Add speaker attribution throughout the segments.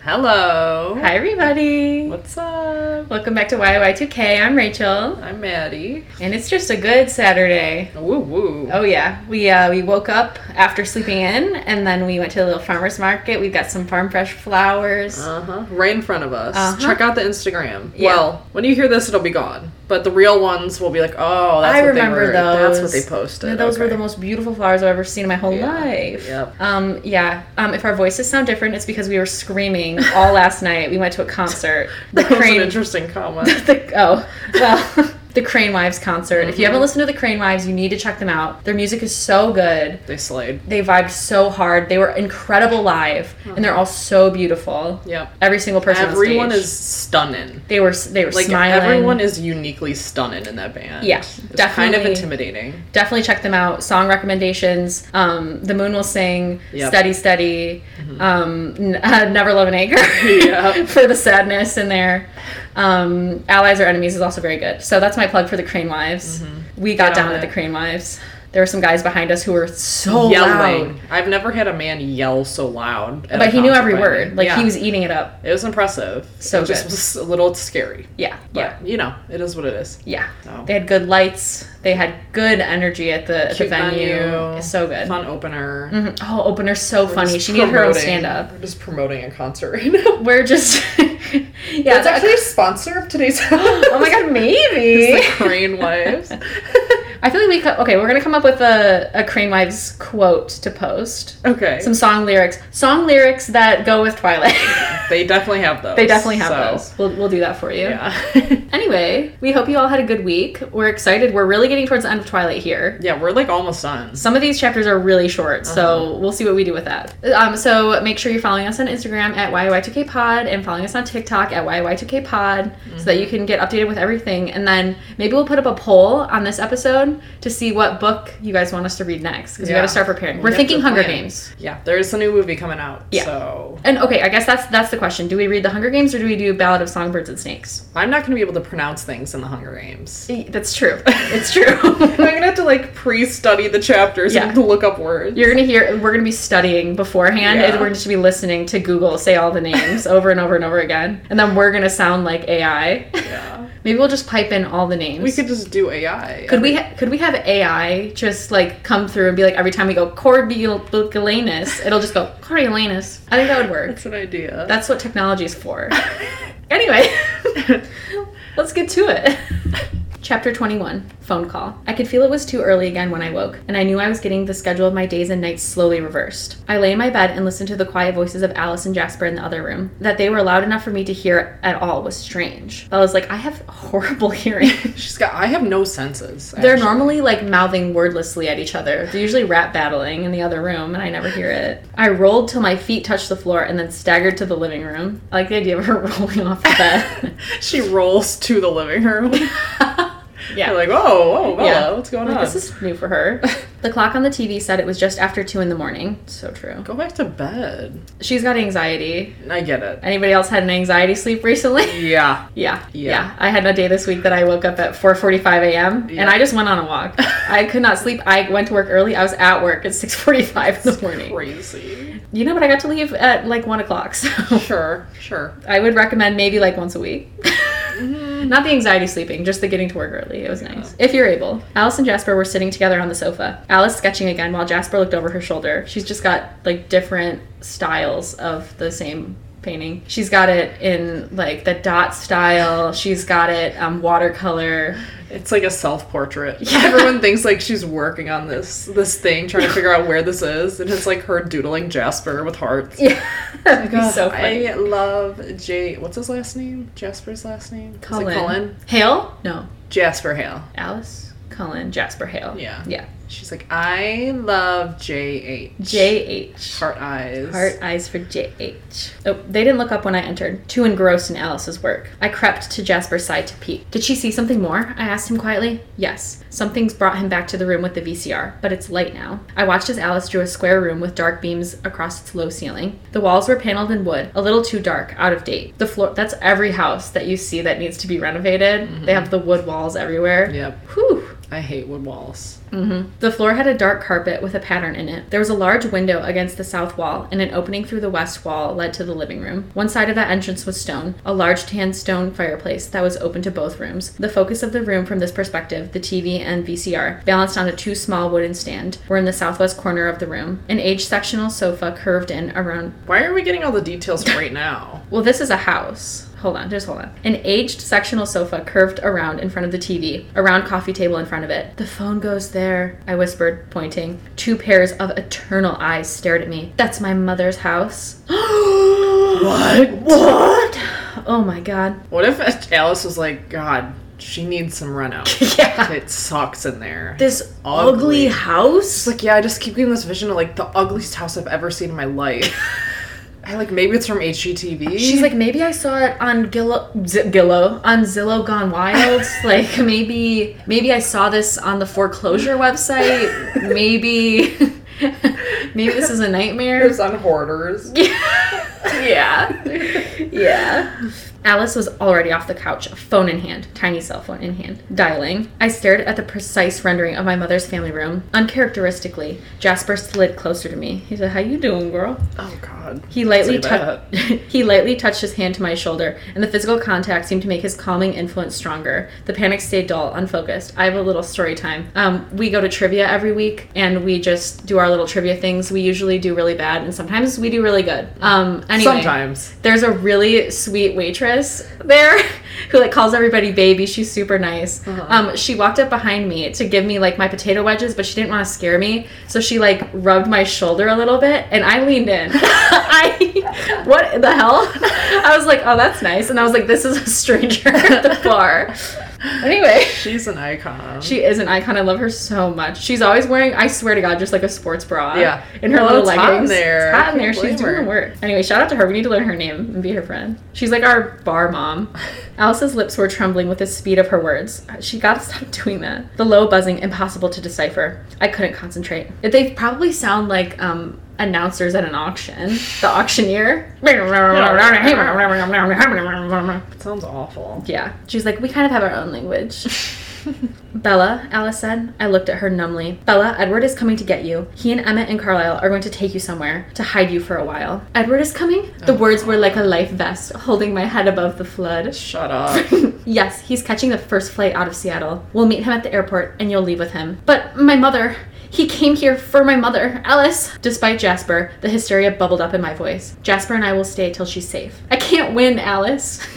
Speaker 1: Hello.
Speaker 2: Hi, everybody.
Speaker 1: What's up?
Speaker 2: Welcome back to YY2K. I'm Rachel,
Speaker 1: I'm Maddie.
Speaker 2: and it's just a good Saturday.
Speaker 1: Woo woo.
Speaker 2: Oh yeah, we uh, we woke up after sleeping in, and then we went to the little farmers market. We got some farm fresh flowers.
Speaker 1: Uh huh. Right in front of us.
Speaker 2: Uh-huh.
Speaker 1: Check out the Instagram.
Speaker 2: Yeah.
Speaker 1: Well, when you hear this, it'll be gone. But the real ones will be like, oh, that's
Speaker 2: I
Speaker 1: what
Speaker 2: remember
Speaker 1: they were. That's what
Speaker 2: those.
Speaker 1: they posted.
Speaker 2: No, those were
Speaker 1: Okay.
Speaker 2: the most beautiful flowers I've ever seen in my whole
Speaker 1: Yeah.
Speaker 2: life.
Speaker 1: Yep.
Speaker 2: Um, yeah. Um, if our voices sound different, it's because we were screaming all last night. We went to a concert. The
Speaker 1: That was an
Speaker 2: crane.
Speaker 1: interesting comment.
Speaker 2: the, oh well, the Crane Wives concert. If you haven't
Speaker 1: Mm-hmm.
Speaker 2: listened to the Crane Wives, you need to check them out. Their music is so good.
Speaker 1: they slayed.
Speaker 2: They vibed so hard. They were incredible live, and they're all so beautiful.
Speaker 1: Yep.
Speaker 2: Every single person. on
Speaker 1: Everyone
Speaker 2: stage.
Speaker 1: is stunning.
Speaker 2: They were they were
Speaker 1: Like
Speaker 2: smiling.
Speaker 1: everyone is uniquely stunning in that band.
Speaker 2: Yeah,
Speaker 1: It's kind of
Speaker 2: definitely.
Speaker 1: intimidating.
Speaker 2: Definitely check them out. Song recommendations: um, "The Moon Will Sing,"
Speaker 1: Yep. Mm-hmm.
Speaker 2: "Steady Steady," um, n- uh, "Never Love an Acre"
Speaker 1: Yep.
Speaker 2: for the sadness in there. Um, "Allies or Enemies" is also very good. So that's my plug for the Crane Wives. We
Speaker 1: Get
Speaker 2: got
Speaker 1: on
Speaker 2: down with
Speaker 1: Mm-hmm. it.
Speaker 2: the Crane Wives. There were some guys behind us who were so
Speaker 1: Yelling.
Speaker 2: loud,
Speaker 1: I've never had a man yell so loud. at a
Speaker 2: but he knew
Speaker 1: concert
Speaker 2: every
Speaker 1: by
Speaker 2: word.
Speaker 1: name.
Speaker 2: Like
Speaker 1: Yeah.
Speaker 2: he was eating it up.
Speaker 1: It was impressive.
Speaker 2: So
Speaker 1: it just
Speaker 2: good.
Speaker 1: was a little scary.
Speaker 2: Yeah,
Speaker 1: But,
Speaker 2: yeah,
Speaker 1: you know, it is what it is.
Speaker 2: yeah.
Speaker 1: So.
Speaker 2: They had good lights. They had good energy at the, at the
Speaker 1: Cute
Speaker 2: venue.
Speaker 1: venue.
Speaker 2: It's so good.
Speaker 1: Fun opener.
Speaker 2: Mhm. Oh, opener's so
Speaker 1: We're
Speaker 2: funny.
Speaker 1: just
Speaker 2: She needed her own
Speaker 1: promoting-
Speaker 2: stand up.
Speaker 1: We're just promoting a concert right now.
Speaker 2: We're just yeah.
Speaker 1: That's actually a sponsor of today's
Speaker 2: oh my god, maybe.
Speaker 1: It's the Crane Wives.
Speaker 2: I feel like we co- okay. We're gonna come up with a a Crane Wives quote to post.
Speaker 1: okay.
Speaker 2: Some song lyrics, song lyrics that go with Twilight.
Speaker 1: they definitely have those.
Speaker 2: they definitely have
Speaker 1: so,
Speaker 2: those. We'll we'll do that for you.
Speaker 1: Yeah.
Speaker 2: Anyway, we hope you all had a good week. We're excited. We're really getting towards the end of Twilight here.
Speaker 1: yeah, we're like almost done.
Speaker 2: Some of these chapters are really short,
Speaker 1: Uh-huh.
Speaker 2: so we'll see what we do with that. Um, so make sure you're following us on Instagram at YY2KPod and following us on TikTok at YY2KPod so that you
Speaker 1: Mm-hmm.
Speaker 2: can get updated with everything. And then maybe we'll put up a poll on this episode to see what book you guys want us to read next because we
Speaker 1: Yeah.
Speaker 2: got to start preparing.
Speaker 1: We
Speaker 2: We're
Speaker 1: have
Speaker 2: thinking
Speaker 1: to
Speaker 2: Hunger
Speaker 1: plan.
Speaker 2: Games.
Speaker 1: Yeah, there is a new movie coming out.
Speaker 2: Yeah.
Speaker 1: So
Speaker 2: And okay, I guess that's that's the question. Do we read the Hunger Games or do we do Ballad of Songbirds and Snakes?
Speaker 1: I'm not going to be able to pronounce things in the Hunger Games.
Speaker 2: E- That's true. It's true.
Speaker 1: I'm going to have to like pre-study the chapters
Speaker 2: Yeah.
Speaker 1: and look up words.
Speaker 2: You're gonna hear. We're gonna be studying beforehand,
Speaker 1: Yeah.
Speaker 2: and we're just gonna be listening to Google say all the names over and over and over again, and then we're gonna sound like AI.
Speaker 1: yeah.
Speaker 2: Maybe we'll just pipe in all the names.
Speaker 1: We could just do AI.
Speaker 2: Could we? Ha- could we have AI just like come through and be like every time we go Coriolanus, it'll just go Coriolanus. I think that would work.
Speaker 1: That's an idea.
Speaker 2: That's what technology is for. Anyway, let's get to it. Chapter 21 Phone Call. I could feel it was too early again when I woke, and I knew I was getting the schedule of my days and nights slowly reversed. I lay in my bed and listened to the quiet voices of Alice and Jasper in the other room. That they were loud enough for me to hear at all was strange. I was like, I have horrible hearing.
Speaker 1: She's got. I have no senses.
Speaker 2: They're
Speaker 1: actually.
Speaker 2: normally like mouthing wordlessly at each other. They're usually rap battling in the other room, and I never hear it. I rolled till my feet touched the floor and then staggered to the living room. I like the idea of her rolling off the bed.
Speaker 1: She rolls to the living room.
Speaker 2: yeah.
Speaker 1: You're like, oh, oh, Bella,
Speaker 2: Yeah.
Speaker 1: what's going
Speaker 2: Like,
Speaker 1: on?
Speaker 2: This is new for her. the clock on the TV said it was just after two in the morning. So true.
Speaker 1: Go back to bed.
Speaker 2: She's got anxiety.
Speaker 1: I get it.
Speaker 2: Anybody else had an anxiety sleep recently?
Speaker 1: Yeah.
Speaker 2: Yeah,
Speaker 1: Yeah.
Speaker 2: yeah. I had a day this week that I woke up at 4:45 a.m.
Speaker 1: Yeah.
Speaker 2: and I just went on a walk. I could not sleep. I went to work early. I was at work at 6:45 in the morning.
Speaker 1: Crazy.
Speaker 2: You know, but I got to leave at like one o'clock, so
Speaker 1: Sure, sure.
Speaker 2: I would recommend maybe like once a week.
Speaker 1: Mm-hmm.
Speaker 2: Not the anxiety sleeping, just the getting to work early. It was nice. If you're able. Alice and Jasper were sitting together on the sofa. Alice sketching again while Jasper looked over her shoulder. She's just got like different styles of the same painting. She's got it in like the dot style, she's got it um, watercolor.
Speaker 1: It's like a self-portrait.
Speaker 2: Yeah.
Speaker 1: Everyone thinks like she's working on this this thing, trying to figure out where this is, and it's like her doodling Jasper with hearts.
Speaker 2: Yeah. That'd be so
Speaker 1: Oh God,
Speaker 2: funny.
Speaker 1: I love Jay. What's his last name? Jasper's last name. Is it
Speaker 2: Cullen.
Speaker 1: Cullen.
Speaker 2: Hale? No.
Speaker 1: Jasper Hale.
Speaker 2: Alice, Cullen, Jasper Hale.
Speaker 1: Yeah.
Speaker 2: Yeah.
Speaker 1: She's like, I love J H.
Speaker 2: J.H.
Speaker 1: Heart eyes.
Speaker 2: Heart eyes for JH. Oh, they didn't look up when I entered, too engrossed in Alice's work. I crept to Jasper's side to peek. Did she see something more? I asked him quietly. Yes. Something's brought him back to the room with the VCR, but it's light now. I watched as Alice drew a square room with dark beams across its low ceiling. The walls were paneled in wood, a little too dark, out of date. The floor that's every house that you see that needs to be renovated. They have the wood walls everywhere.
Speaker 1: Yep.
Speaker 2: Whew.
Speaker 1: I hate wood walls.
Speaker 2: hmm The floor had a dark carpet with a pattern in it. There was a large window against the south wall, and an opening through the west wall led to the living room. One side of that entrance was stone, a large tan stone fireplace that was open to both rooms. The focus of the room from this perspective, the TV and VCR, balanced on a two small wooden stand, were in the southwest corner of the room. An age sectional sofa curved in around
Speaker 1: Why are we getting all the details right now?
Speaker 2: well, this is a house. Hold on, just hold on. An aged sectional sofa curved around in front of the TV, a round coffee table in front of it. The phone goes there, I whispered, pointing. Two pairs of eternal eyes stared at me. That's my mother's house.
Speaker 1: what?
Speaker 2: What? Oh my god.
Speaker 1: What if Alice was like, God, she needs some run out?
Speaker 2: yeah.
Speaker 1: it sucks in there.
Speaker 2: This
Speaker 1: Ugly.
Speaker 2: ugly house?
Speaker 1: It's like, yeah, I just keep getting this vision of like the ugliest house I've ever seen in my life. I like maybe it's from HGTV.
Speaker 2: She's like, maybe I saw it on Gillo, Z- Gillo on Zillow Gone Wild. like, maybe, maybe I saw this on the foreclosure website. maybe, maybe this is a
Speaker 1: it
Speaker 2: nightmare.
Speaker 1: was on hoarders.
Speaker 2: yeah, yeah. Alice was already off the couch, phone in hand, tiny cell phone in hand, dialing. I stared at the precise rendering of my mother's family room. Uncharacteristically, Jasper slid closer to me. He said, "How you doing, girl?"
Speaker 1: Oh god.
Speaker 2: He lightly
Speaker 1: Say that.
Speaker 2: touched he lightly touched his hand to my shoulder, and the physical contact seemed to make his calming influence stronger. The panic stayed dull, unfocused. I have a little story time. Um, we go to trivia every week, and we just do our little trivia things. We usually do really bad, and sometimes we do really good. Um, anyway,
Speaker 1: Sometimes.
Speaker 2: there's a really sweet waitress there who like calls everybody baby. She's super nice. Um, she walked up behind me to give me like my potato wedges, but she didn't want to scare me, so she like rubbed my shoulder a little bit, and I leaned in. I what the hell? I was like, oh, that's nice, and I was like, this is a stranger at the bar. Anyway.
Speaker 1: She's an icon.
Speaker 2: She is an icon. I love her so much. She's always wearing, I swear to God, just like a sports bra.
Speaker 1: Yeah.
Speaker 2: In her
Speaker 1: Well,
Speaker 2: little
Speaker 1: it's
Speaker 2: leggings.
Speaker 1: hot in there.
Speaker 2: It's hot in
Speaker 1: I
Speaker 2: there.
Speaker 1: can't
Speaker 2: She's
Speaker 1: blame her.
Speaker 2: doing work. Anyway, shout out to her. We need to learn her name and be her friend. She's like our bar mom. Alice's lips were trembling with the speed of her words. She gotta stop doing that. The low buzzing, impossible to decipher. I couldn't concentrate. They probably sound like um, announcers at an auction. The auctioneer.
Speaker 1: sounds awful.
Speaker 2: Yeah. She's like, we kind of have our own language. Bella, Alice said. I looked at her numbly. Bella, Edward is coming to get you. He and Emmett and Carlisle are going to take you somewhere to hide you for a while. Edward is coming? The words were like a life vest holding my head above the flood.
Speaker 1: Shut up.
Speaker 2: yes, he's catching the first flight out of Seattle. We'll meet him at the airport and you'll leave with him. But my mother. He came here for my mother, Alice. Despite Jasper, the hysteria bubbled up in my voice. Jasper and I will stay till she's safe. I can't win, Alice.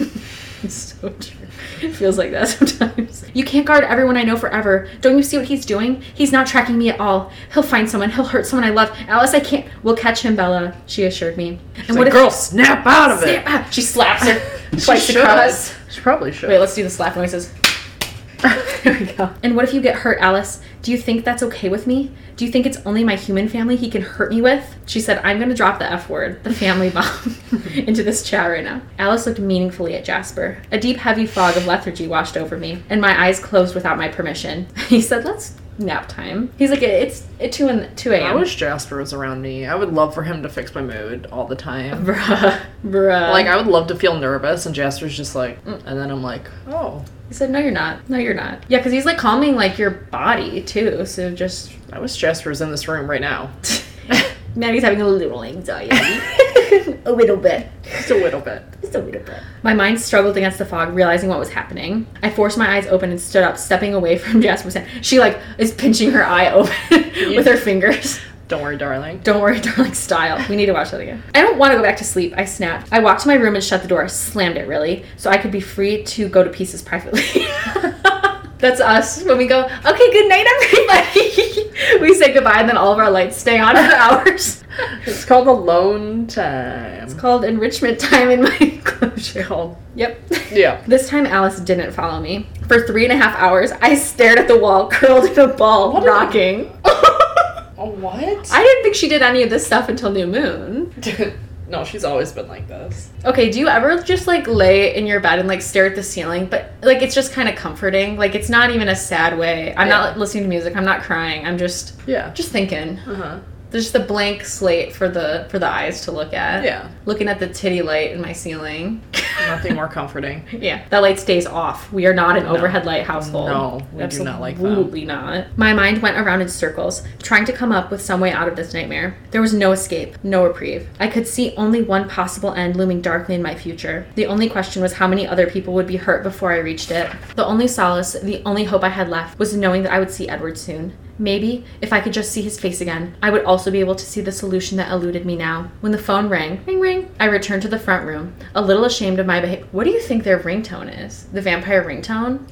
Speaker 2: it's so true. It feels like that sometimes. You can't guard everyone I know forever. Don't you see what he's doing? He's not tracking me at all. He'll find someone. He'll hurt someone I love. Alice, I can't. We'll catch him, Bella. She assured me. And
Speaker 1: It's like, girl, snap out of it.
Speaker 2: Ah, She slaps her twice
Speaker 1: she
Speaker 2: across.
Speaker 1: should. She probably should.
Speaker 2: Wait, let's do the slap noises. there we go. And what if you get hurt, Alice? Do you think that's okay with me? Do you think it's only my human family he can hurt me with? She said, I'm going to drop the F word, the family bomb, into this chat right now. Alice looked meaningfully at Jasper. A deep, heavy fog of lethargy washed over me, and my eyes closed without my permission. He said, That's nap time. He's like, It's at 2, in, 2
Speaker 1: I
Speaker 2: a.m.
Speaker 1: wish Jasper was around me. I would love for him to fix my mood all the time.
Speaker 2: Bruh. Bruh.
Speaker 1: Like I would love to feel nervous, and Jasper's just like, "Mm," and then I'm like, oh,
Speaker 2: He said, "No, you're not. No, you're not." Yeah, because he's like calming like your body too. So just
Speaker 1: I wish Jasper's in this room right now,
Speaker 2: Maddie's having a little anxiety, a little bit,
Speaker 1: just a little bit.
Speaker 2: just a little bit. My mind struggled against the fog, realizing what was happening. I forced my eyes open and stood up, stepping away from Jasper's hand. She like is pinching her eye open with her fingers.
Speaker 1: Don't worry, darling.
Speaker 2: Don't worry, darling style. We need to watch that again. I don't want to go back to sleep, I snapped. I walked to my room and shut the door, slammed it really, so I could be free to go to pieces privately. That's us when we go, okay, good night, everybody. we say goodbye, and then all of our lights stay on for hours.
Speaker 1: It's called alone time.
Speaker 2: It's called enrichment time in my closure.
Speaker 1: called
Speaker 2: Yep.
Speaker 1: yeah.
Speaker 2: This time, Alice didn't follow me. For three and a half hours, I stared at the wall, curled in a ball,
Speaker 1: What is-
Speaker 2: rocking.
Speaker 1: Oh, what?
Speaker 2: I didn't think she did any of this stuff until New Moon.
Speaker 1: no, she's always been like this.
Speaker 2: Okay, do you ever just like lay in your bed and like stare at the ceiling? But like it's just kind of comforting. Like it's not even a sad way. I'm
Speaker 1: Yeah.
Speaker 2: not listening to music. I'm not crying. I'm just
Speaker 1: Yeah.
Speaker 2: just thinking.
Speaker 1: Uh huh.
Speaker 2: There's just a blank slate for the for the eyes to look at.
Speaker 1: Yeah.
Speaker 2: Looking at the titty light in my ceiling.
Speaker 1: Nothing more comforting.
Speaker 2: Yeah, that light stays off. We are not an overhead light household.
Speaker 1: No, we do not like that.
Speaker 2: Absolutely not. My mind went around in circles, trying to come up with some way out of this nightmare. There was no escape, no reprieve. I could see only one possible end looming darkly in my future. The only question was how many other people would be hurt before I reached it. The only solace, the only hope I had left, was knowing that I would see Edward soon. Maybe if I could just see his face again, I would also be able to see the solution that eluded me now. When the phone rang, ring ring, I returned to the front room, a little ashamed of my behavior. What do you think their ringtone is? The vampire ringtone?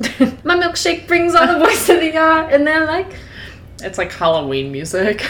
Speaker 2: my milkshake brings all the boys to the yard, and they're like,
Speaker 1: It's like Halloween music.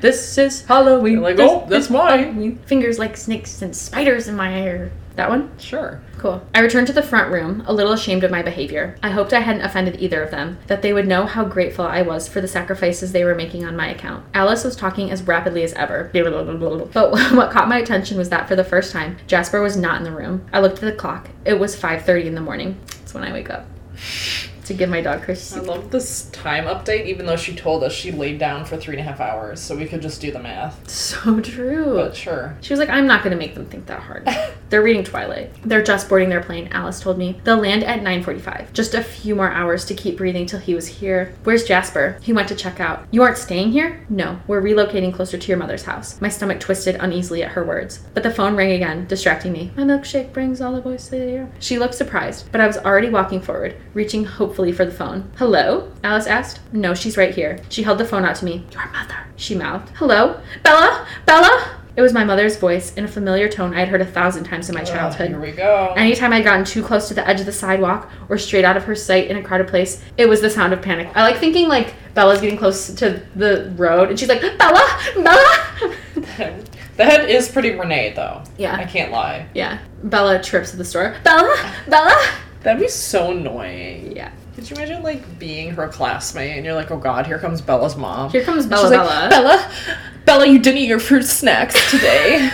Speaker 2: "This is Halloween."
Speaker 1: You're like,
Speaker 2: this
Speaker 1: oh, that's
Speaker 2: is
Speaker 1: mine."
Speaker 2: Halloween." Fingers like snakes and spiders in my hair. That one.
Speaker 1: sure.
Speaker 2: Cool. I returned to the front room, a little ashamed of my behavior. I hoped I hadn't offended either of them, that they would know how grateful I was for the sacrifices they were making on my account. Alice was talking as rapidly as ever. But what caught my attention was that for the first time, Jasper was not in the room. I looked at the clock. It was 5:30 in the morning. That's when I wake up to give my dog Chris.
Speaker 1: I love this time update, even though she told us she laid down for three and a half hours, so we could just do the math.
Speaker 2: So true.
Speaker 1: But sure.
Speaker 2: She was like, I'm not going to make them think that hard. They're reading Twilight. They're just boarding their plane, Alice told me. They'll land at 9.45. Just a few more hours to keep breathing till he was here. Where's Jasper? He went to check out. You aren't staying here? No, we're relocating closer to your mother's house. My stomach twisted uneasily at her words. But the phone rang again, distracting me. My milkshake brings all the boys to the air. She looked surprised, but I was already walking forward, reaching hopefully for the phone. Hello? Alice asked. No, she's right here. She held the phone out to me. Your mother, she mouthed. Hello? Bella? Bella? It was my mother's voice in a familiar tone I had heard a thousand times in my
Speaker 1: Uh, here
Speaker 2: childhood.
Speaker 1: we go.
Speaker 2: Anytime I'd gotten too close to the edge of the sidewalk or straight out of her sight in a crowded place, it was the sound of panic. I like thinking like Bella's getting close to the road and she's like, Bella, Bella.
Speaker 1: that is pretty Renee, though.
Speaker 2: Yeah.
Speaker 1: I can't lie.
Speaker 2: Yeah. Bella trips to the store. Bella, Bella.
Speaker 1: That'd be so annoying.
Speaker 2: Yeah.
Speaker 1: Could you imagine, like, being her classmate and you're like, oh god, here comes Bella's mom?
Speaker 2: Here comes Bella,
Speaker 1: She's like,
Speaker 2: Bella.
Speaker 1: Bella, Bella, you didn't eat your fruit snacks today.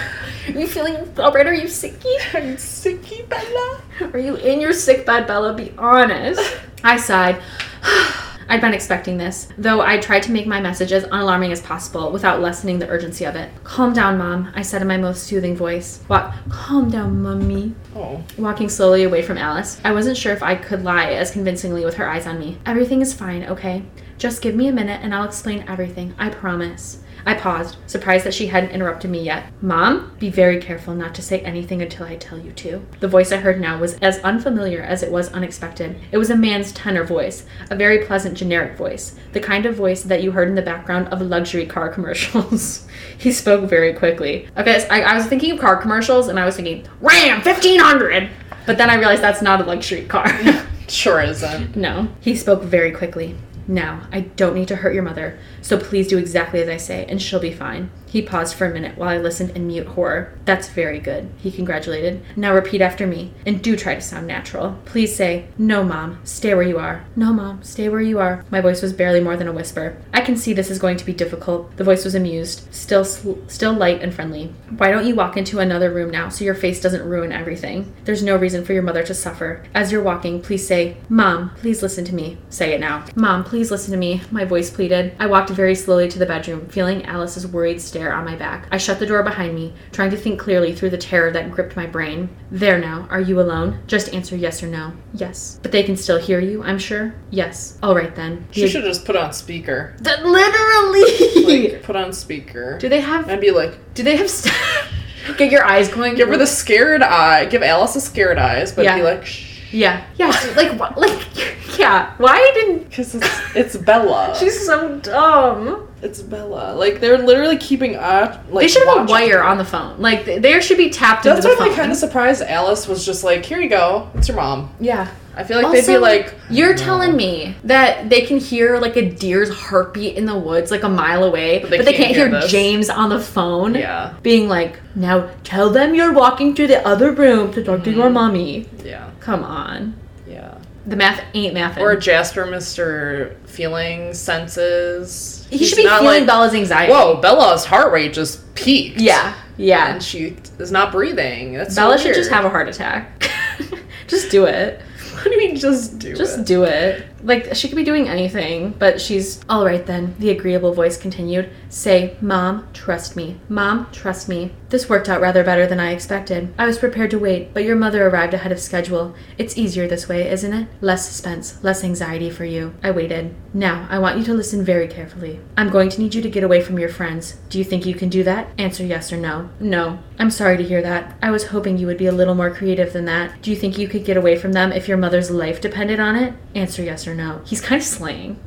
Speaker 2: Are you feeling all right? Are you sicky?
Speaker 1: I'm sicky, Bella.
Speaker 2: Are you in your sick bed, Bella? Be honest. I sighed. I'd been expecting this, though I tried to make my message as unalarming as possible without lessening the urgency of it. Calm down, Mom, I said in my most soothing voice. Walk, calm down, Mummy.
Speaker 1: Oh,
Speaker 2: Walking slowly away from Alice, I wasn't sure if I could lie as convincingly with her eyes on me. Everything is fine, okay? Just give me a minute and I'll explain everything, I promise. I paused, surprised that she hadn't interrupted me yet. Mom, be very careful not to say anything until I tell you to. The voice I heard now was as unfamiliar as it was unexpected. It was a man's tenor voice, a very pleasant generic voice, the kind of voice that you heard in the background of luxury car commercials. he spoke very quickly. Okay, so I, I was thinking of car commercials and I was thinking, Ram 1500! But then I realized that's not a luxury car.
Speaker 1: sure isn't.
Speaker 2: no. He spoke very quickly. Now, I don't need to hurt your mother, so please do exactly as I say, and she'll be fine. He paused for a minute while I listened in mute horror. That's very good, he congratulated. Now repeat after me, and do try to sound natural. Please say, No, Mom, stay where you are. No, Mom, stay where you are. My voice was barely more than a whisper. I can see this is going to be difficult. The voice was amused, still, sl- still light and friendly. Why don't you walk into another room now so your face doesn't ruin everything? There's no reason for your mother to suffer. As you're walking, please say, Mom, please listen to me. Say it now. Mom, please listen to me. My voice pleaded. I walked very slowly to the bedroom, feeling Alice's worried stare on my back. I shut the door behind me, trying to think clearly through the terror that gripped my brain. There now. Are you alone? Just answer yes or no. Yes. But they can still hear you, I'm sure? Yes. All right then.
Speaker 1: She should have just put on speaker.
Speaker 2: That literally.
Speaker 1: Like, put on speaker.
Speaker 2: do they have?
Speaker 1: And be like,
Speaker 2: Do they have? St- Get your eyes going.
Speaker 1: give her the scared eye. Give Alice the scared eyes, but
Speaker 2: Yeah.
Speaker 1: be like, shh.
Speaker 2: Yeah. Yeah. like what? Like yeah. Why didn't?
Speaker 1: Because it's, it's Bella.
Speaker 2: She's so dumb.
Speaker 1: It's Bella. Like they're literally keeping up. Like
Speaker 2: They should have a
Speaker 1: watch
Speaker 2: wire
Speaker 1: her.
Speaker 2: on the phone. Like th- there should be tapped
Speaker 1: That's why
Speaker 2: into the
Speaker 1: I'm like,
Speaker 2: phone.
Speaker 1: kind of surprised Alice was just like, "Here you go, it's your mom."
Speaker 2: yeah.
Speaker 1: I feel like they'd be
Speaker 2: Also,
Speaker 1: like,
Speaker 2: you're telling me that they can hear like a deer's heartbeat in the woods, like a mile away, but they, can't, hear,
Speaker 1: this.
Speaker 2: James on the phone.
Speaker 1: "Yeah,
Speaker 2: Being like, now tell them you're walking to the other room to talk to your mommy.
Speaker 1: yeah,
Speaker 2: Come on.
Speaker 1: yeah."
Speaker 2: The math ain't math.
Speaker 1: Or Jasper, Mister Feeling Senses.
Speaker 2: he
Speaker 1: He's
Speaker 2: should be
Speaker 1: not
Speaker 2: feeling
Speaker 1: like,
Speaker 2: Bella's anxiety.
Speaker 1: Whoa, Bella's heart rate just peaked.
Speaker 2: Yeah. Yeah.
Speaker 1: and she is not breathing. That's so
Speaker 2: Bella should just
Speaker 1: weird.
Speaker 2: have a heart attack. just do it.
Speaker 1: what do you mean just do
Speaker 2: Just
Speaker 1: it?
Speaker 2: do it. Like, she could be doing anything, but she's, all right then, the agreeable voice continued. Say, Mom, trust me. Mom, trust me. This worked out rather better than I expected. I was prepared to wait, but your mother arrived ahead of schedule. It's easier this way, isn't it? Less suspense, less anxiety for you. I waited. Now, I want you to listen very carefully. I'm going to need you to get away from your friends. Do you think you can do that? Answer yes or no. No. I'm sorry to hear that. I was hoping you would be a little more creative than that. Do you think you could get away from them if your mother's life depended on it? Answer yes or no. He's kind of slaying.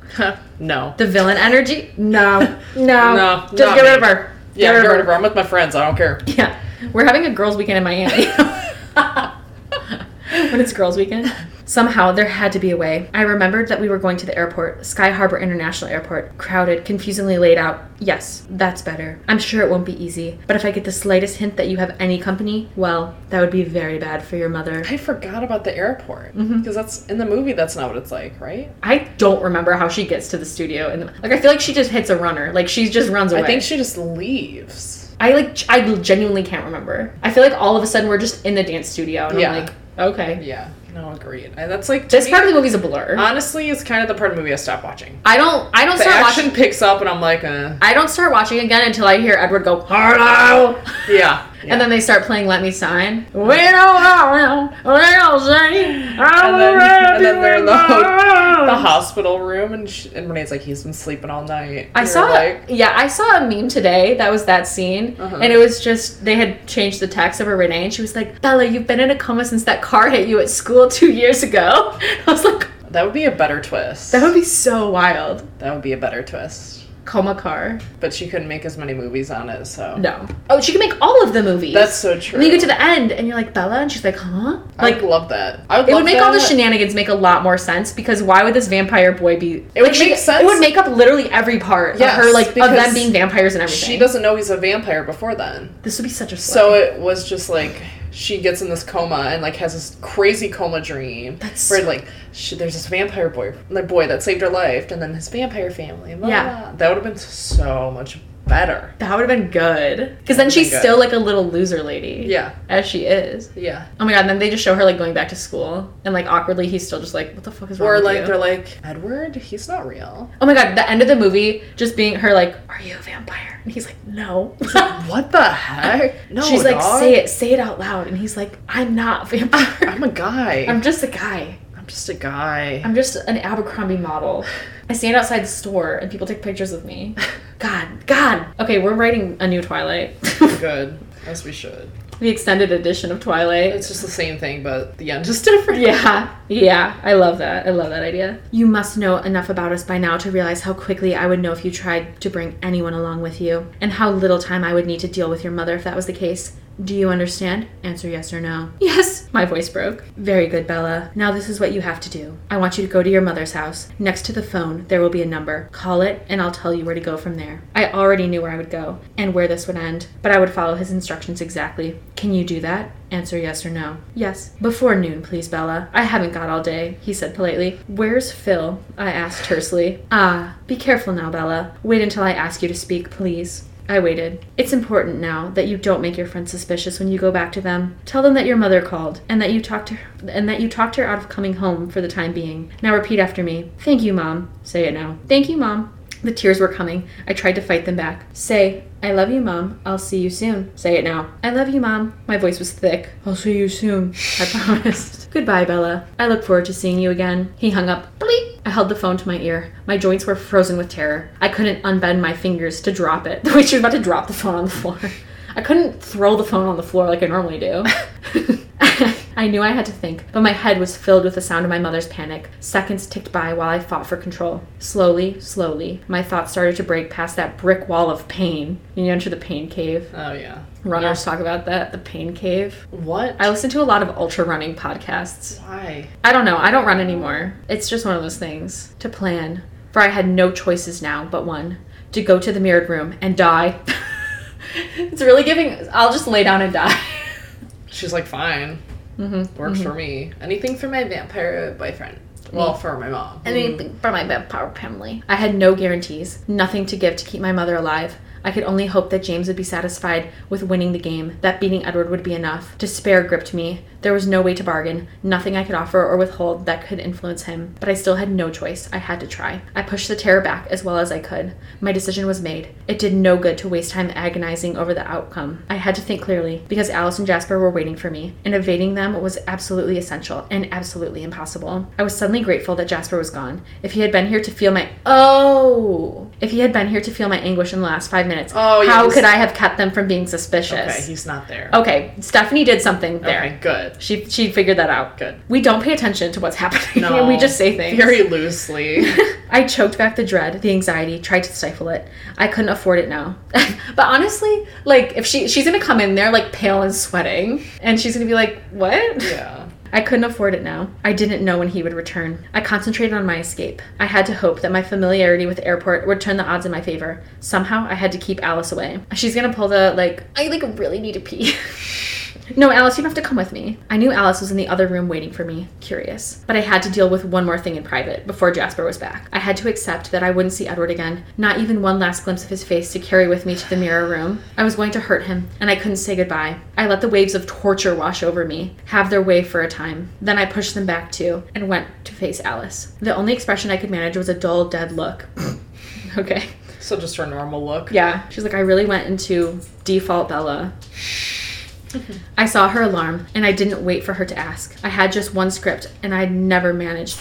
Speaker 1: no.
Speaker 2: The villain energy? No. No.
Speaker 1: No,
Speaker 2: Just
Speaker 1: not
Speaker 2: get rid of
Speaker 1: me.
Speaker 2: her.
Speaker 1: Yeah, get rid of her. I'm with my friends. I don't care.
Speaker 2: Yeah. We're having a girls' weekend in Miami. when it's girls' weekend. Somehow there had to be a way. I remembered that we were going to the airport, Sky Harbor International Airport, crowded, confusingly laid out. Yes, that's better. I'm sure it won't be easy, but if I get the slightest hint that you have any company, well, that would be very bad for your mother.
Speaker 1: I forgot about the airport because
Speaker 2: Mm-hmm.
Speaker 1: that's in the movie. That's not what it's like, right?
Speaker 2: I don't remember how she gets to the studio, and like I feel like she just hits a runner, like she just runs away.
Speaker 1: I think she just leaves.
Speaker 2: I like g- I genuinely can't remember. I feel like all of a sudden we're just in the dance studio and
Speaker 1: Yeah.
Speaker 2: I'm like, okay.
Speaker 1: Yeah, no, agreed. I, that's like to
Speaker 2: This
Speaker 1: me,
Speaker 2: part of the movie's a blur.
Speaker 1: honestly is kind of the part of the movie I stopped watching.
Speaker 2: I don't I don't
Speaker 1: The
Speaker 2: start
Speaker 1: action
Speaker 2: watching
Speaker 1: picks up and I'm like, uh,
Speaker 2: I don't start watching again until I hear Edward go hello.
Speaker 1: yeah, yeah.
Speaker 2: And then they start playing Let Me Sign. We don't know. We don't say. I'm
Speaker 1: And then- and then they're in the
Speaker 2: ready.
Speaker 1: the hospital room and sh and Renee's like, he's been sleeping all night.
Speaker 2: I
Speaker 1: And
Speaker 2: saw
Speaker 1: you're like,
Speaker 2: yeah, I saw a meme today that was that scene
Speaker 1: Uh-huh.
Speaker 2: and it was just they had changed the text of her Renee and she was like, Bella, you've been in a coma since that car hit you at school two years ago. I was like,
Speaker 1: that would be a better twist.
Speaker 2: that would be so wild.
Speaker 1: that would be a better twist.
Speaker 2: Coma car.
Speaker 1: But she couldn't make as many movies on it, so
Speaker 2: No. Oh, she can make all of the movies.
Speaker 1: that's so true.
Speaker 2: and you get to the end and you're like, Bella, and she's like, huh?
Speaker 1: I
Speaker 2: Like
Speaker 1: would love that. I would.
Speaker 2: it
Speaker 1: love
Speaker 2: would make all the
Speaker 1: that.
Speaker 2: shenanigans make a lot more sense because why would this vampire boy be? It
Speaker 1: would
Speaker 2: like,
Speaker 1: make
Speaker 2: make-
Speaker 1: sense.
Speaker 2: It would make up literally every part
Speaker 1: Yes,
Speaker 2: of her, like of
Speaker 1: because
Speaker 2: them being vampires and everything.
Speaker 1: She doesn't know he's a vampire before then.
Speaker 2: This would be such a slay.
Speaker 1: So it was just like she gets in this coma and like has this crazy coma dream
Speaker 2: That's
Speaker 1: where
Speaker 2: so-
Speaker 1: like she, there's this vampire boy, the boy that saved her life, and then his vampire family. and blah,
Speaker 2: Yeah.
Speaker 1: blah. that would have been so much better.
Speaker 2: That would have been good. Because
Speaker 1: Would've
Speaker 2: then
Speaker 1: been
Speaker 2: she's
Speaker 1: good.
Speaker 2: still like a little loser lady.
Speaker 1: Yeah,
Speaker 2: As she is.
Speaker 1: yeah.
Speaker 2: Oh my god, and then they just show her like going back to school and like awkwardly he's still just like, what the fuck is wrong
Speaker 1: Or
Speaker 2: with
Speaker 1: like
Speaker 2: you?
Speaker 1: they're like Edward, he's not real.
Speaker 2: oh my god, the end of the movie just being her like, are you a vampire? And he's like, no.
Speaker 1: What the heck? No,
Speaker 2: She's like,
Speaker 1: dog.
Speaker 2: say it, say it out loud. And he's like, I'm not a vampire.
Speaker 1: I'm a guy.
Speaker 2: I'm just a guy.
Speaker 1: I'm just a guy.
Speaker 2: I'm just an Abercrombie model. I stand outside the store and people take pictures of me. God, God. Okay, we're writing a new Twilight.
Speaker 1: Good, as we should.
Speaker 2: the extended edition of Twilight.
Speaker 1: It's just the same thing, but the end is different.
Speaker 2: Yeah, yeah, I love that. I love that idea. You must know enough about us by now to realize how quickly I would know if you tried to bring anyone along with you, and how little time I would need to deal with your mother if that was the case. Do you understand? Answer yes or no. Yes! My voice broke. Very good, Bella. Now this is what you have to do. I want you to go to your mother's house. Next to the phone, there will be a number. Call it, and I'll tell you where to go from there. I already knew where I would go and where this would end, but I would follow his instructions exactly. Can you do that? Answer yes or no. Yes. Before noon, please, Bella. I haven't got all day, he said politely. Where's Phil? I asked tersely. Ah, be careful now, Bella. Wait until I ask you to speak, please. I waited. It's important now that you don't make your friends suspicious when you go back to them. Tell them that your mother called and that you talked to her, and that you talked her out of coming home for the time being. Now repeat after me. Thank you, mom. Say it now. Thank you, mom. The tears were coming. I tried to fight them back. Say, I love you, Mom. I'll see you soon. Say it now. I love you, Mom. My voice was thick. I'll see you soon. I promised. Goodbye, Bella. I look forward to seeing you again. He hung up. Bleep. I held the phone to my ear. My joints were frozen with terror. I couldn't unbend my fingers to drop it. The way she was about to drop the phone on the floor. I couldn't throw the phone on the floor like I normally do. I knew I had to think, but my head was filled with the sound of my mother's panic. Seconds ticked by while I fought for control. Slowly, slowly, my thoughts started to break past that brick wall of pain. You enter the pain cave.
Speaker 1: Oh yeah.
Speaker 2: Runners talk about that, the pain cave.
Speaker 1: What?
Speaker 2: I listen to a lot of ultra running podcasts.
Speaker 1: Why?
Speaker 2: I don't know. I don't run anymore. It's just one of those things to plan. For I had no choices now but one to go to the mirrored room and die. it's really giving. I'll just lay down and die.
Speaker 1: She's like, fine.
Speaker 2: hmm
Speaker 1: Works for me. Anything for my vampire boyfriend. Well,
Speaker 2: Mm.
Speaker 1: for my mom.
Speaker 2: Anything for my vampire family. I had no guarantees, nothing to give to keep my mother alive. I could only hope that James would be satisfied with winning the game, that beating Edward would be enough. Despair gripped me. There was no way to bargain, nothing I could offer or withhold that could influence him, but I still had no choice. I had to try. I pushed the terror back as well as I could. My decision was made. It did no good to waste time agonizing over the outcome. I had to think clearly because Alice and Jasper were waiting for me, and evading them was absolutely essential and absolutely impossible. I was suddenly grateful that Jasper was gone. If he had been here to feel my oh, if he had been here to feel my anguish in the last five minutes,
Speaker 1: Oh, yeah,
Speaker 2: how
Speaker 1: he's-
Speaker 2: could I have kept them from being suspicious?
Speaker 1: Okay, he's not there.
Speaker 2: Okay, Stephanie did something Oh, there.
Speaker 1: Okay, good.
Speaker 2: She she figured that out.
Speaker 1: Good.
Speaker 2: We don't pay attention to what's happening.
Speaker 1: No.
Speaker 2: we just say things.
Speaker 1: Very loosely.
Speaker 2: I choked back the dread, the anxiety, tried to stifle it. I couldn't afford it now. but honestly, like if she she's gonna come in there like pale and sweating, and she's gonna be like, "What?"
Speaker 1: yeah.
Speaker 2: I couldn't afford it now. I didn't know when he would return. I concentrated on my escape. I had to hope that my familiarity with the airport would turn the odds in my favor. Somehow, I had to keep Alice away. She's gonna pull the like, I like really need to pee. No, Alice, you don't have to come with me. I knew Alice was in the other room waiting for me, curious. But I had to deal with one more thing in private before Jasper was back. I had to accept that I wouldn't see Edward again, not even one last glimpse of his face to carry with me to the mirror room. I was going to hurt him, and I couldn't say goodbye. I let the waves of torture wash over me, have their way for a time. Then I pushed them back too, and went to face Alice. The only expression I could manage was a dull, dead look. okay.
Speaker 1: So just her normal look.
Speaker 2: Yeah. She's like, I really went into default Bella. I saw her alarm and I didn't wait for her to ask. I had just one script and I'd never managed.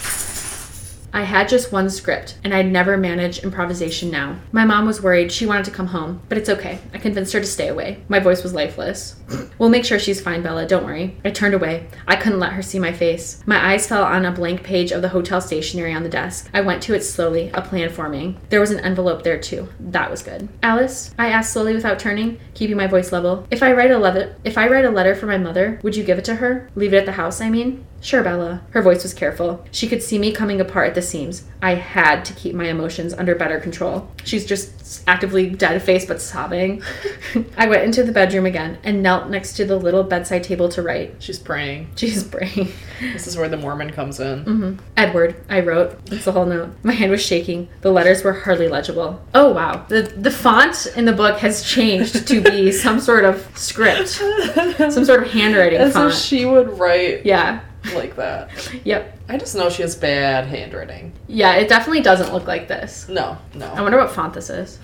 Speaker 2: I had just one script and I'd never managed improvisation now. My mom was worried. She wanted to come home, but it's okay. I convinced her to stay away. My voice was lifeless. We'll make sure she's fine, Bella. Don't worry. I turned away. I couldn't let her see my face. My eyes fell on a blank page of the hotel stationery on the desk. I went to it slowly, a plan forming. There was an envelope there too. That was good. Alice, I asked slowly without turning, keeping my voice level. If I write a letter, if I write a letter for my mother, would you give it to her? Leave it at the house, I mean? Sure, Bella. Her voice was careful. She could see me coming apart at the seams. I had to keep my emotions under better control. She's just actively dead faced but sobbing. I went into the bedroom again and knelt next to the little bedside table to write.
Speaker 1: She's praying.
Speaker 2: Jeez, brain.
Speaker 1: This is where the Mormon comes in.
Speaker 2: Edward, I wrote. That's the whole note. My hand was shaking. The letters were hardly legible. Oh wow. The the font in the book has changed to be some sort of script. Some sort of handwriting
Speaker 1: As
Speaker 2: font.
Speaker 1: if she would write
Speaker 2: yeah.
Speaker 1: like that.
Speaker 2: Yep.
Speaker 1: I just know she has bad handwriting.
Speaker 2: Yeah, it definitely doesn't look like this.
Speaker 1: No,
Speaker 2: I
Speaker 1: no.
Speaker 2: wonder what font this is.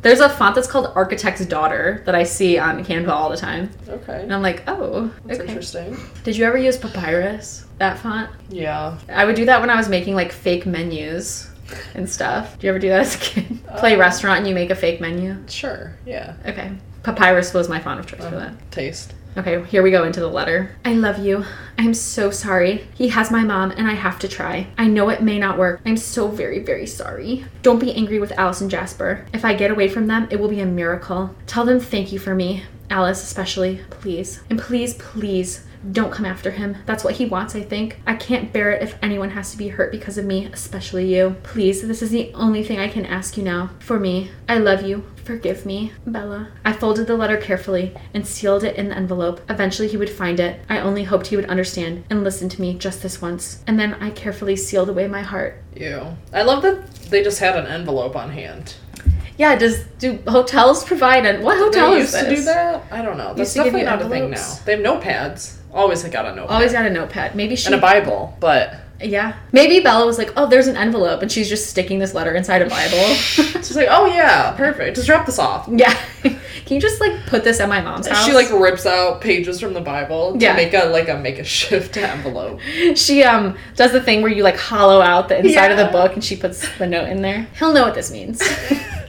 Speaker 2: There's a font that's called Architect's Daughter that I see on Canva all the time.
Speaker 1: okay.
Speaker 2: And I'm like, oh,
Speaker 1: That's
Speaker 2: okay.
Speaker 1: interesting.
Speaker 2: Did you ever use Papyrus? That font?
Speaker 1: Yeah.
Speaker 2: I would do that when I was making like fake menus and stuff. Do you ever do that as a kid? Play
Speaker 1: Um,
Speaker 2: restaurant and you make a fake menu?
Speaker 1: Sure. Yeah.
Speaker 2: Okay. Papyrus was my font of choice
Speaker 1: uh-huh.
Speaker 2: for that.
Speaker 1: Taste.
Speaker 2: Okay, here we go into the letter. I love you. I'm so sorry. He has my mom, and I have to try. I know it may not work. I'm so very, very sorry. Don't be angry with Alice and Jasper. If I get away from them, it will be a miracle. Tell them thank you for me, Alice especially, please. And please, please, don't come after him. That's what he wants, I think. I can't bear it if anyone has to be hurt because of me, especially you. Please, this is the only thing I can ask you now. For me, I love you. Forgive me, Bella. I folded the letter carefully and sealed it in the envelope. Eventually, he would find it. I only hoped he would understand and listen to me just this once. And then I carefully sealed away my heart.
Speaker 1: Ew. I love that they just had an envelope on hand.
Speaker 2: Yeah, does do hotels provide and what
Speaker 1: Did
Speaker 2: hotel
Speaker 1: they
Speaker 2: is
Speaker 1: used
Speaker 2: this?
Speaker 1: to do that? I don't know. That's
Speaker 2: Used to give
Speaker 1: definitely
Speaker 2: you
Speaker 1: not a thing now.
Speaker 2: envelopes?
Speaker 1: They have notepads. Always got a notepad.
Speaker 2: Always got a notepad. Maybe she
Speaker 1: and a Bible, but
Speaker 2: Yeah. Maybe Bella was like, "Oh, there's an envelope," and she's just sticking this letter inside a Bible.
Speaker 1: she's like, "Oh yeah, perfect. Just drop this off."
Speaker 2: yeah. Can you just like put this at my mom's
Speaker 1: And
Speaker 2: house?
Speaker 1: She like rips out pages from the Bible to
Speaker 2: Yeah.
Speaker 1: make a like a make a shift envelope.
Speaker 2: she um does the thing where you like hollow out the inside of the
Speaker 1: Yeah.
Speaker 2: book and she puts the note in there. He'll know what this means.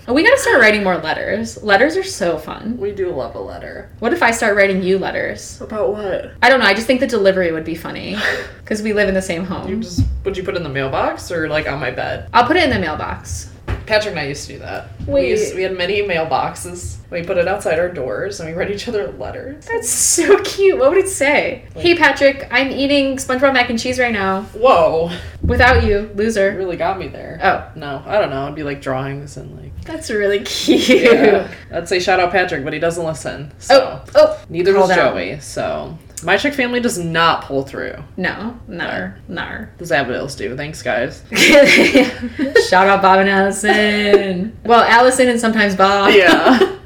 Speaker 2: we gotta start writing more letters. Letters are so fun.
Speaker 1: we do love a letter.
Speaker 2: What if I start writing you letters?
Speaker 1: About what?
Speaker 2: I don't know. I just think the delivery would be funny because we live in the same
Speaker 1: You
Speaker 2: home.
Speaker 1: just would you put it in the mailbox or like on my bed?
Speaker 2: I'll put it in the mailbox.
Speaker 1: Patrick and I used to do that.
Speaker 2: Wait.
Speaker 1: We, used, we had many mailboxes. We put it outside our doors and we read each other letters.
Speaker 2: That's so cute. What would it say? Hey Patrick, I'm eating SpongeBob mac and cheese right now.
Speaker 1: Whoa,
Speaker 2: Without you,
Speaker 1: it
Speaker 2: loser.
Speaker 1: really got me there. Uh,
Speaker 2: Oh,
Speaker 1: No, I don't know. I'd be like drawings and like.
Speaker 2: that's really cute.
Speaker 1: Yeah. I'd say shout out Patrick, but he doesn't listen. So
Speaker 2: Oh, oh,
Speaker 1: neither
Speaker 2: Called
Speaker 1: does
Speaker 2: out.
Speaker 1: Joey. So my chick family does not pull through.
Speaker 2: no, nar, nar.
Speaker 1: The Zabadils do. Thanks, guys.
Speaker 2: Shout out Bob and Allison. well, Allison and sometimes Bob.
Speaker 1: Yeah.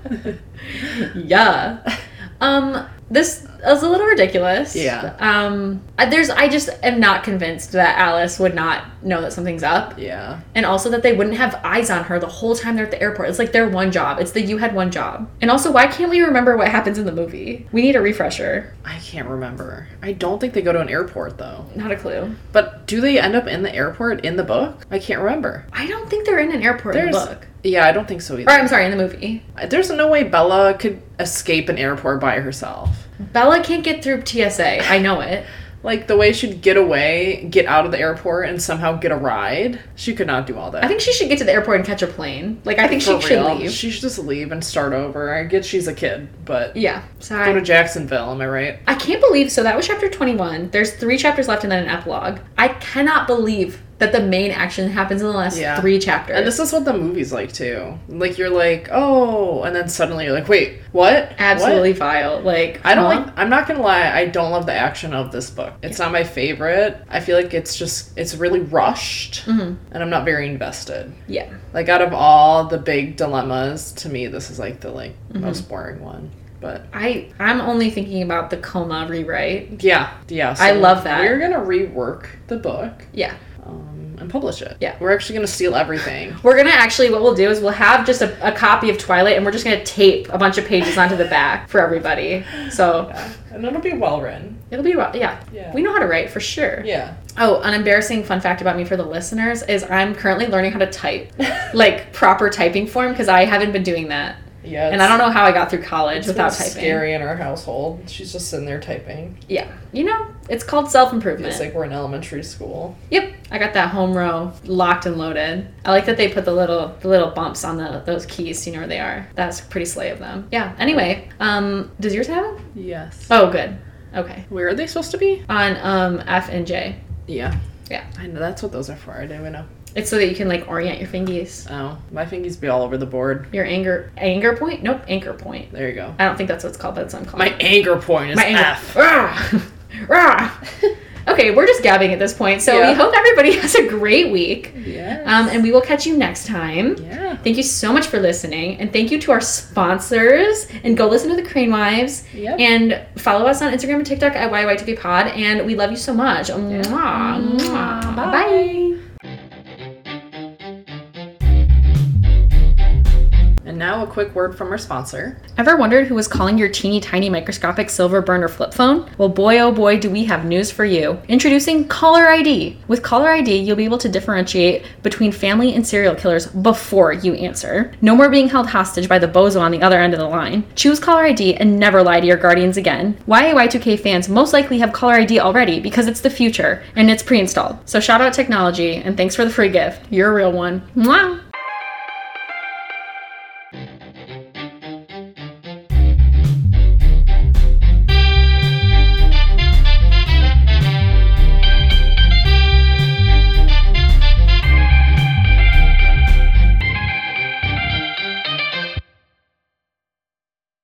Speaker 2: yeah. Um, this It was a little ridiculous.
Speaker 1: Yeah.
Speaker 2: Um, I- there's, I just am not convinced that Alice would not know that something's up,
Speaker 1: Yeah.
Speaker 2: and also that they wouldn't have eyes on her the whole time they're at the airport. It's like their one job. It's the you had one job. And also, why can't we remember what happens in the movie? We need a refresher.
Speaker 1: I can't remember. I don't think they go to an airport though.
Speaker 2: Not a clue.
Speaker 1: But do they end up in the airport in the book? I can't remember.
Speaker 2: I don't think they're in an airport in the
Speaker 1: There's-
Speaker 2: book.
Speaker 1: Yeah, I don't think so
Speaker 2: Or
Speaker 1: either.
Speaker 2: I'm sorry, in the movie.
Speaker 1: There's no way Bella could escape an airport by herself.
Speaker 2: Bella can't get through TSA. I know it.
Speaker 1: Like the way she'd get away, get out of the airport, and somehow get a ride, she could not do all that.
Speaker 2: I think she should get to the airport and catch a plane. Like I think she
Speaker 1: For
Speaker 2: should
Speaker 1: real,
Speaker 2: leave.
Speaker 1: She should just leave and start over. I get she's a kid, but
Speaker 2: Yeah. So
Speaker 1: go to
Speaker 2: I,
Speaker 1: Jacksonville. Am I right?
Speaker 2: I can't believe so that was chapter 21. There's 3 chapters left and then an epilogue. I cannot believe that the main action happens in the last
Speaker 1: Yeah.
Speaker 2: 3 chapters.
Speaker 1: And this is what the movie's like too. Like you're like, oh, and then suddenly you're like, wait, what?
Speaker 2: absolutely
Speaker 1: What?
Speaker 2: vile. Like
Speaker 1: I don't
Speaker 2: huh?
Speaker 1: like. I'm not gonna lie. I don't love the action of this book. It's not my favorite. I feel like it's just it's really rushed,
Speaker 2: Mm-hmm.
Speaker 1: and I'm not very invested.
Speaker 2: Yeah.
Speaker 1: Like out of all the big dilemmas, to me, this is like the like
Speaker 2: Mm-hmm.
Speaker 1: most boring one. But
Speaker 2: I I'm only thinking about the coma rewrite.
Speaker 1: yeah, yeah.
Speaker 2: I love that.
Speaker 1: We're gonna rework the book.
Speaker 2: Yeah.
Speaker 1: um, and publish it.
Speaker 2: Yeah.
Speaker 1: We're actually going to steal everything.
Speaker 2: We're gonna actually, what we'll do is we'll have just a, a copy of Twilight and we're just gonna tape a bunch of pages onto the back for everybody. So
Speaker 1: and it'll be well written.
Speaker 2: it'll be, ro- yeah.
Speaker 1: Yeah.
Speaker 2: We know how to write for sure.
Speaker 1: Yeah.
Speaker 2: Oh, an embarrassing fun fact about me for the listeners is I'm currently learning how to type, like proper typing form, because I haven't been doing that.
Speaker 1: Yeah.
Speaker 2: And I don't know how I got through college
Speaker 1: It's
Speaker 2: without
Speaker 1: been
Speaker 2: typing.
Speaker 1: scary in our household. She's just sitting there typing.
Speaker 2: Yeah. You know, it's called self improvement.
Speaker 1: It's like we're in elementary school.
Speaker 2: Yep, I got that home row locked and loaded. I like that they put the little the little bumps on the those keys. So you know where they are. That's pretty slay of them. Yeah. Anyway, um, does yours have them?
Speaker 1: Yes.
Speaker 2: Oh, good. Okay.
Speaker 1: Where are they supposed to be?
Speaker 2: On um F and J,
Speaker 1: Yeah.
Speaker 2: Yeah.
Speaker 1: I know that's what those are for. I didn't even know.
Speaker 2: it's so that you can like orient your fingies.
Speaker 1: Oh, my fingers be all over the board.
Speaker 2: Your anger anger point? Nope, anchor point.
Speaker 1: There you go.
Speaker 2: I don't think that's what it's called, but it's what I'm calling
Speaker 1: My
Speaker 2: it.
Speaker 1: anger point is
Speaker 2: my anger.
Speaker 1: F.
Speaker 2: Rah! Rah! okay, we're just gabbing at this point. So
Speaker 1: Yeah.
Speaker 2: we hope everybody has a great week,
Speaker 1: Yes.
Speaker 2: um, and we will catch you next time.
Speaker 1: yeah.
Speaker 2: Thank you so much for listening, and thank you to our sponsors. And go listen to the Crane Wives,
Speaker 1: Yep.
Speaker 2: and follow us on Instagram and TikTok at YYTV Pod. And we love you so much. Mwah, mwah.
Speaker 1: Bye.
Speaker 2: Bye.
Speaker 1: And now a quick word from our sponsor.
Speaker 2: Ever wondered who was calling your teeny tiny microscopic silver burner flip phone? Well, boy oh boy, do we have news for you. Introducing Caller ID. With Caller ID, you'll be able to differentiate between family and serial killers before you answer. No more being held hostage by the bozo on the other end of the line. Choose Caller ID and never lie to your guardians again. YAY2K fans most likely have Caller ID already because it's the future and it's pre installed. So shout out technology and thanks for the free gift. You're a real one. Mwah!